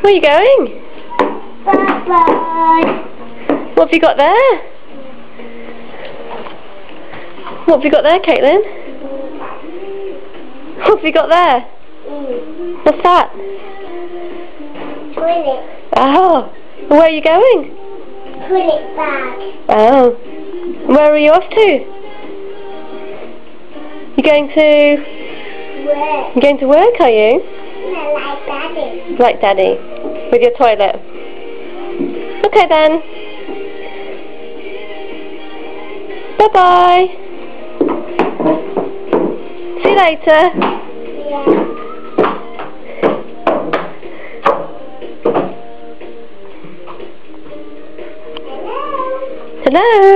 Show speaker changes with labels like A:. A: Where are you going?
B: Bye-bye.
A: What have you got there? What have you got there, Caitlin? What have you got there?
B: Mm.
A: What's that?
B: Toilet.
A: Oh, where are you going?
B: Toilet bag.
A: Oh, where are you off to? You going to?
B: Work.
A: You going to work? Are you?
B: No, like daddy.
A: Like Daddy, with your toilet. Okay then. Bye bye. See you later.
B: Yeah. Hello.
A: Hello.
B: Oh,